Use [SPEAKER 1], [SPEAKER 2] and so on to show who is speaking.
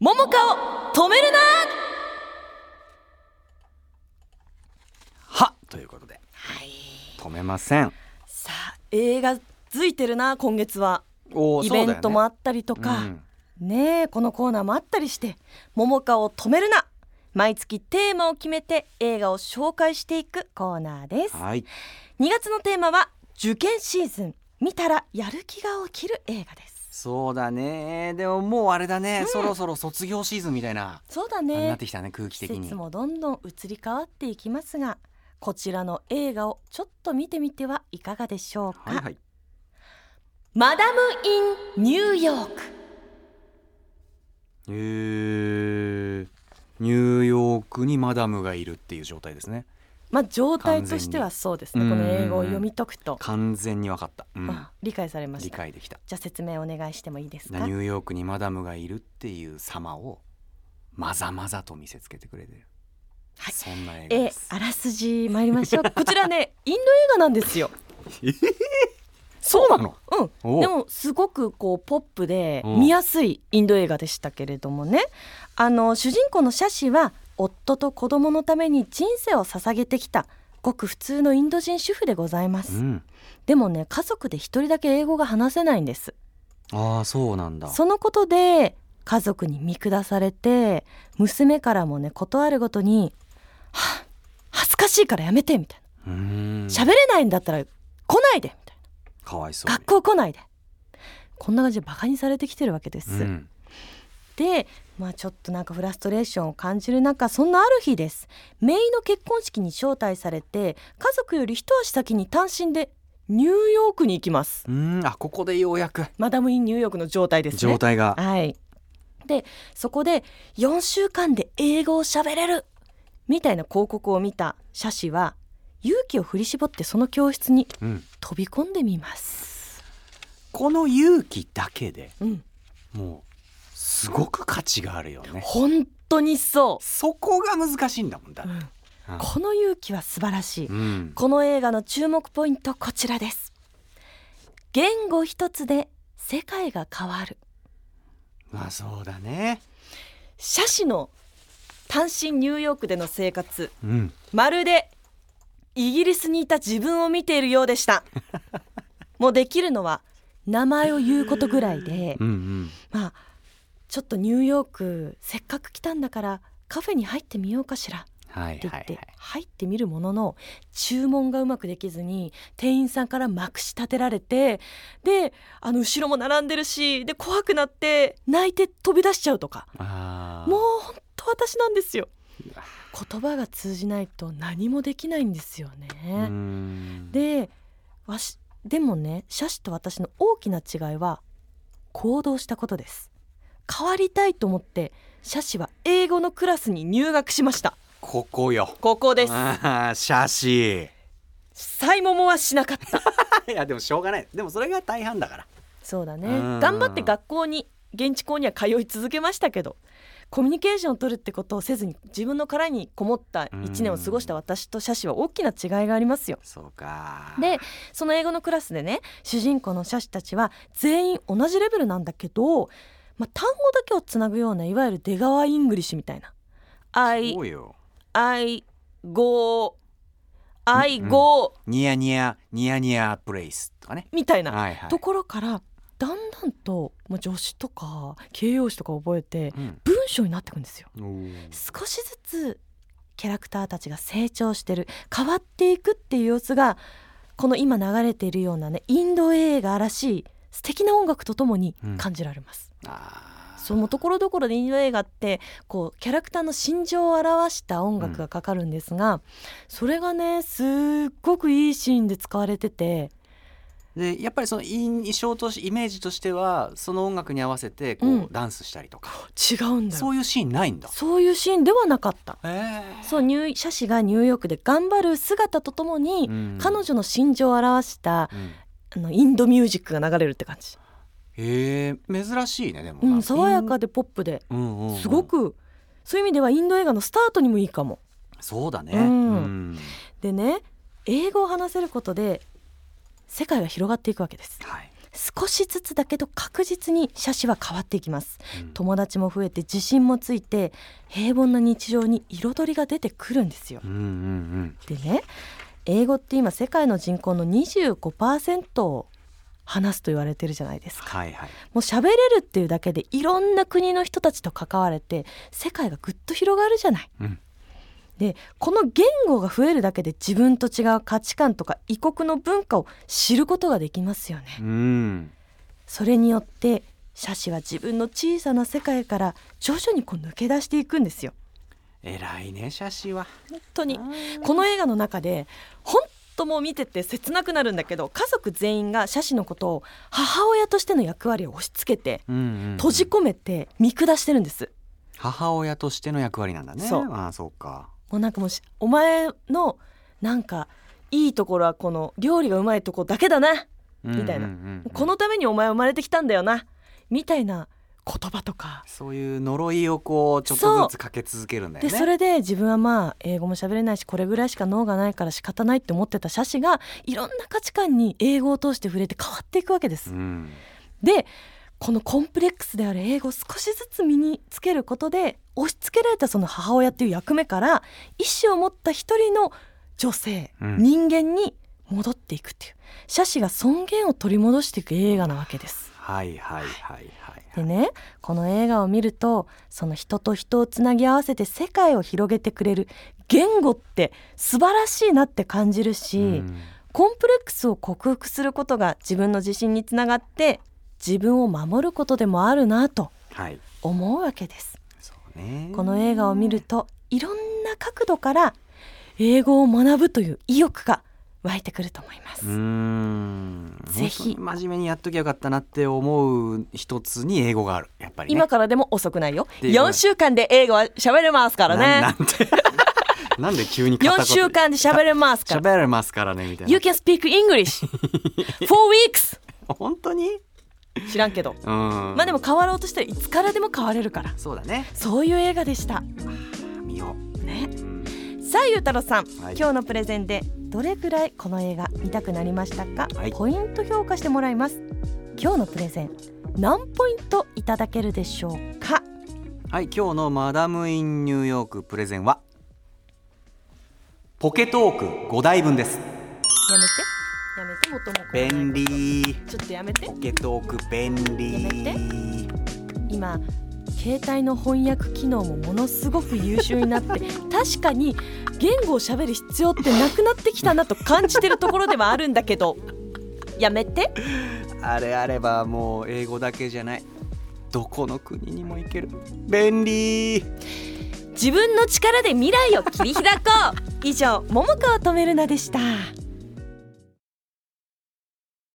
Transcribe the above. [SPEAKER 1] 桃香を止めるな
[SPEAKER 2] はということで、止めません
[SPEAKER 1] さあ映画づいてるな今月は
[SPEAKER 2] おー
[SPEAKER 1] イベントもあ
[SPEAKER 2] っ
[SPEAKER 1] ったりと
[SPEAKER 2] た
[SPEAKER 1] か、ねえこのコーナーもあったりして「桃花を止めるな!」毎月テーマを決めて映画を紹介していくコーナーです
[SPEAKER 2] はい
[SPEAKER 1] 2月のテーマは受験シーズン見たらやる気が起きる映画です
[SPEAKER 2] そうだねでももうあれだね、そろそろ卒業シーズンみたいな、
[SPEAKER 1] そうだ
[SPEAKER 2] な
[SPEAKER 1] ね
[SPEAKER 2] ってきたね空気
[SPEAKER 1] 季
[SPEAKER 2] 的に
[SPEAKER 1] 節もどんどん移り変わっていきますがこちらの映画をちょっと見てみてはいかがでしょうか、
[SPEAKER 2] はいはい
[SPEAKER 1] マダム・イン・ニューヨーク
[SPEAKER 2] えー、ニューヨークにマダムがいるっていう状態ですね
[SPEAKER 1] まあ状態としてはそうですねこの
[SPEAKER 2] 完全に
[SPEAKER 1] 英語を読み解くと、
[SPEAKER 2] 完全に分かった、うん
[SPEAKER 1] あ理解されまし
[SPEAKER 2] 理
[SPEAKER 1] た
[SPEAKER 2] 解できた
[SPEAKER 1] じゃあ説明お願いしてもいいです
[SPEAKER 2] ニ
[SPEAKER 1] か
[SPEAKER 2] ューヨークにマダムがいるっていう様をまざまざと見せつけてくれてる、
[SPEAKER 1] はい
[SPEAKER 2] そんな映画
[SPEAKER 1] え
[SPEAKER 2] です
[SPEAKER 1] あらすじ参りま しょうこちらねインド映画なんですよ
[SPEAKER 2] そうなの
[SPEAKER 1] うん
[SPEAKER 2] おう
[SPEAKER 1] でもすごくこうポップで
[SPEAKER 2] うん
[SPEAKER 1] 見やすいインド映画でしたけれどもねあの主人公のシャシは夫と子供のために人生を捧げてきたごく普通のインド人主婦でございます、
[SPEAKER 2] うん、
[SPEAKER 1] でもね家族で一人だけ英語が話せないんです
[SPEAKER 2] ああそうなんだ
[SPEAKER 1] そのことで家族に見下されて娘からもね断るごとに「はあ恥ずかしいからやめて」みたいな
[SPEAKER 2] うーん
[SPEAKER 1] 「喋れないんだったら来ないで」みたい
[SPEAKER 2] かわいそう
[SPEAKER 1] な「
[SPEAKER 2] に
[SPEAKER 1] 学校来ないで」こんな感じでバカにされてきてるわけです。
[SPEAKER 2] うん
[SPEAKER 1] でまあちょっとなんかフラストレーションを感じる中そんなある日ですメイの結婚式に招待されて家族より一足先に単身でニューヨークに行きます。
[SPEAKER 2] うんあここでようやく
[SPEAKER 1] マダム・イン・ニューヨークの状態ですね
[SPEAKER 2] 状。態が
[SPEAKER 1] はい、でそこで4週間で英語を喋れるみたいな広告を見たシャシは勇気を振り絞ってその教室に
[SPEAKER 2] うん
[SPEAKER 1] 飛び込んでみます。
[SPEAKER 2] この勇気だけで
[SPEAKER 1] うん、
[SPEAKER 2] もうすごく価値があるよね
[SPEAKER 1] 本当にそ
[SPEAKER 2] そこが難しいんだもんだ
[SPEAKER 1] う、うん
[SPEAKER 2] うん
[SPEAKER 1] この勇気は素晴らしい。
[SPEAKER 2] うん
[SPEAKER 1] この映画の注目ポイントこちらです。言語一つで世界が変わる。
[SPEAKER 2] まあそうだね
[SPEAKER 1] シャシの単身ニューヨークでの生活
[SPEAKER 2] うん
[SPEAKER 1] まるでイギリスにいた自分を見ているようでした もうできるのは名前を言うことぐらいで
[SPEAKER 2] うんうん
[SPEAKER 1] まあちょっとニューヨークせっかく来たんだからカフェに入ってみようかしらっ
[SPEAKER 2] はい
[SPEAKER 1] て
[SPEAKER 2] はい
[SPEAKER 1] 言っ
[SPEAKER 2] は
[SPEAKER 1] て
[SPEAKER 2] い
[SPEAKER 1] 入ってみるものの注文がうまくできずに店員さんからまくし立てられてであの後ろも並んでるしで怖くなって泣いて飛び出しちゃうとか
[SPEAKER 2] あー
[SPEAKER 1] もう本当私なんですよ
[SPEAKER 2] うわ
[SPEAKER 1] 言葉が通じないと何もできないんですよね。
[SPEAKER 2] うん
[SPEAKER 1] でわしでもねシャシと私の大きな違いは行動したことです変わりたいと思ってシャシは英語のクラスに入学しました
[SPEAKER 2] ここよ
[SPEAKER 1] ここです
[SPEAKER 2] ああ写真 い
[SPEAKER 1] サイモモはしなかった
[SPEAKER 2] やでもしょうがないでもそれが大半だから
[SPEAKER 1] そうだね
[SPEAKER 2] うん
[SPEAKER 1] 頑張って学校に現地校には通い続けましたけどコミュニケーションを取るってことをせずに自分の殻にこもった1年を過ごした私とシャシは大きな違いがありますよ
[SPEAKER 2] そうか
[SPEAKER 1] でその英語のクラスでね主人公のシャシたちは全員同じレベルなんだけど、まあ、単語だけをつなぐようないわゆる出川イングリッシュみたいな「アイ
[SPEAKER 2] そうよ
[SPEAKER 1] アイゴーアイゴ
[SPEAKER 2] ニヤニヤニヤニヤプレイスとかね
[SPEAKER 1] ー」みたいな
[SPEAKER 2] はいはい
[SPEAKER 1] ところからだんだんと、まあ、助詞とか形容詞とか覚えて
[SPEAKER 2] うん
[SPEAKER 1] 文章になってくんですよ。
[SPEAKER 2] おー
[SPEAKER 1] 少しずつキャラクターたちが成長してる変わっていくっていう様子がこの今流れているようなねインド映画らしい素敵な音楽とともに感じられます、
[SPEAKER 2] あー
[SPEAKER 1] そのところどころでインド映画ってこうキャラクターの心情を表した音楽がかかるんですが、それがねすっごくいいシーンで使われてて
[SPEAKER 2] でやっぱりその印象としイメージとしてはその音楽に合わせてこう、
[SPEAKER 1] うん
[SPEAKER 2] ダンスしたりとか
[SPEAKER 1] 違うんだよそ
[SPEAKER 2] そうういうシーンないんだ。
[SPEAKER 1] いうシーンではなかった
[SPEAKER 2] へ
[SPEAKER 1] そうニューシャシがニューヨークで頑張る姿とともに、
[SPEAKER 2] うん
[SPEAKER 1] 彼女の心情を表した
[SPEAKER 2] うん
[SPEAKER 1] あのインドミュージックが流れるって感じ、
[SPEAKER 2] へえ珍しいねでも、
[SPEAKER 1] うん、爽やかでポップで
[SPEAKER 2] うん、うんうんうん
[SPEAKER 1] すごくそういう意味ではインド映画のスタートにもいいかも
[SPEAKER 2] そうだね、
[SPEAKER 1] うん
[SPEAKER 2] うん
[SPEAKER 1] でね英語を話せることで世界が広がっていくわけです
[SPEAKER 2] はい、
[SPEAKER 1] 少しずつだけど確実に写真は変わっていきます
[SPEAKER 2] うん
[SPEAKER 1] 友達も増えて自信もついて平凡な日常に彩りが出てくるんですよ
[SPEAKER 2] うんうん
[SPEAKER 1] でね英語って今世界の人口の25%を話すと言われてるじゃないですか
[SPEAKER 2] はいはい
[SPEAKER 1] もう喋れるっていうだけでいろんな国の人たちと関われて世界がぐっと広がるじゃない
[SPEAKER 2] うん
[SPEAKER 1] でこの言語が増えるだけで自分と違う価値観とか異国の文化を知ることができますよね
[SPEAKER 2] うん
[SPEAKER 1] それによって写真は自分の小さな世界から徐々にこう抜け出していくんですよ
[SPEAKER 2] 偉いね写真は
[SPEAKER 1] 本当にこの映画の中で本当もう見てて切なくなるんだけど家族全員がシャシのことを母親としての役割を押し付けて
[SPEAKER 2] うんうんうん
[SPEAKER 1] 閉じ込めて見下してるんです
[SPEAKER 2] 母親としての役割なんだね
[SPEAKER 1] そう
[SPEAKER 2] ああそうか
[SPEAKER 1] もうなんかもうしお前のなんかいいところはこの料理がうまいとこだけだなみたいな
[SPEAKER 2] うんうんうんうん
[SPEAKER 1] このためにお前生まれてきたんだよなみたいな言葉とか
[SPEAKER 2] そういう呪いをこうちょっとずつかけ続けるんだよ
[SPEAKER 1] で
[SPEAKER 2] ね
[SPEAKER 1] それで自分はまあ英語も喋れないしこれぐらいしか脳がないから仕方ないって思ってたシャシがいろんな価値観に英語を通して触れて変わっていくわけです
[SPEAKER 2] う。ん
[SPEAKER 1] でこのコンプレックスである英語を少しずつ身につけることで押し付けられたその母親っていう役目から意思を持った一人の女性、
[SPEAKER 2] うん
[SPEAKER 1] 人間に戻っていくっていうシャシが尊厳を取り戻していく映画なわけです。
[SPEAKER 2] はいはいはいはい
[SPEAKER 1] でねこの映画を見るとその人と人をつなぎ合わせて世界を広げてくれる言語って素晴らしいなって感じるし、
[SPEAKER 2] うん
[SPEAKER 1] コンプレックスを克服することが自分の自信につながって自分を守ることでもあるなと
[SPEAKER 2] はい
[SPEAKER 1] 思うわけです。
[SPEAKER 2] そうね
[SPEAKER 1] この映画を見るといろんな角度から英語を学ぶという意欲が湧いてくると思います。
[SPEAKER 2] うーん
[SPEAKER 1] ぜひ
[SPEAKER 2] 本当に真面目にやっときゃよかったなって思う一つに英語があるやっぱりね
[SPEAKER 1] 今からでも遅くないよ。
[SPEAKER 2] で
[SPEAKER 1] 4週間で英語は喋れますから
[SPEAKER 2] な
[SPEAKER 1] ね。
[SPEAKER 2] なんて なんで急に片
[SPEAKER 1] 4
[SPEAKER 2] 言
[SPEAKER 1] 週間で喋れますから。
[SPEAKER 2] 喋れますからねみたい
[SPEAKER 1] You
[SPEAKER 2] な
[SPEAKER 1] can speak English for weeks
[SPEAKER 2] 本当に
[SPEAKER 1] 知らんけど
[SPEAKER 2] うんま
[SPEAKER 1] まあでも変わろうとしたらいつからでも変われるから
[SPEAKER 2] そうだね
[SPEAKER 1] そういう映画でした
[SPEAKER 2] 見よ
[SPEAKER 1] ね
[SPEAKER 2] う、うん
[SPEAKER 1] さあゆうたろうさん、
[SPEAKER 2] はい
[SPEAKER 1] 今日のプレゼンでどれくらいこの映画見たくなりましたか、
[SPEAKER 2] はい
[SPEAKER 1] ポイント評価してもらいます今日のプレゼン何ポイントいただけるでしょうか
[SPEAKER 2] はい今日のマダムインニューヨークプレゼンはポケトーク5台分です
[SPEAKER 1] やめてやめて元も子もないこと
[SPEAKER 2] 便利
[SPEAKER 1] ちょっとやめて
[SPEAKER 2] ポケトーク便利
[SPEAKER 1] や今携帯の翻訳機能もものすごく優秀になって確かに言語をしゃべる必要ってなくなってきたなと感じてるところではあるんだけどやめて
[SPEAKER 2] あれあればもう英語だけじゃないどこの国にも行ける便利
[SPEAKER 1] 自分の力で未来を切り開こう以上「桃川を止めるな」でした。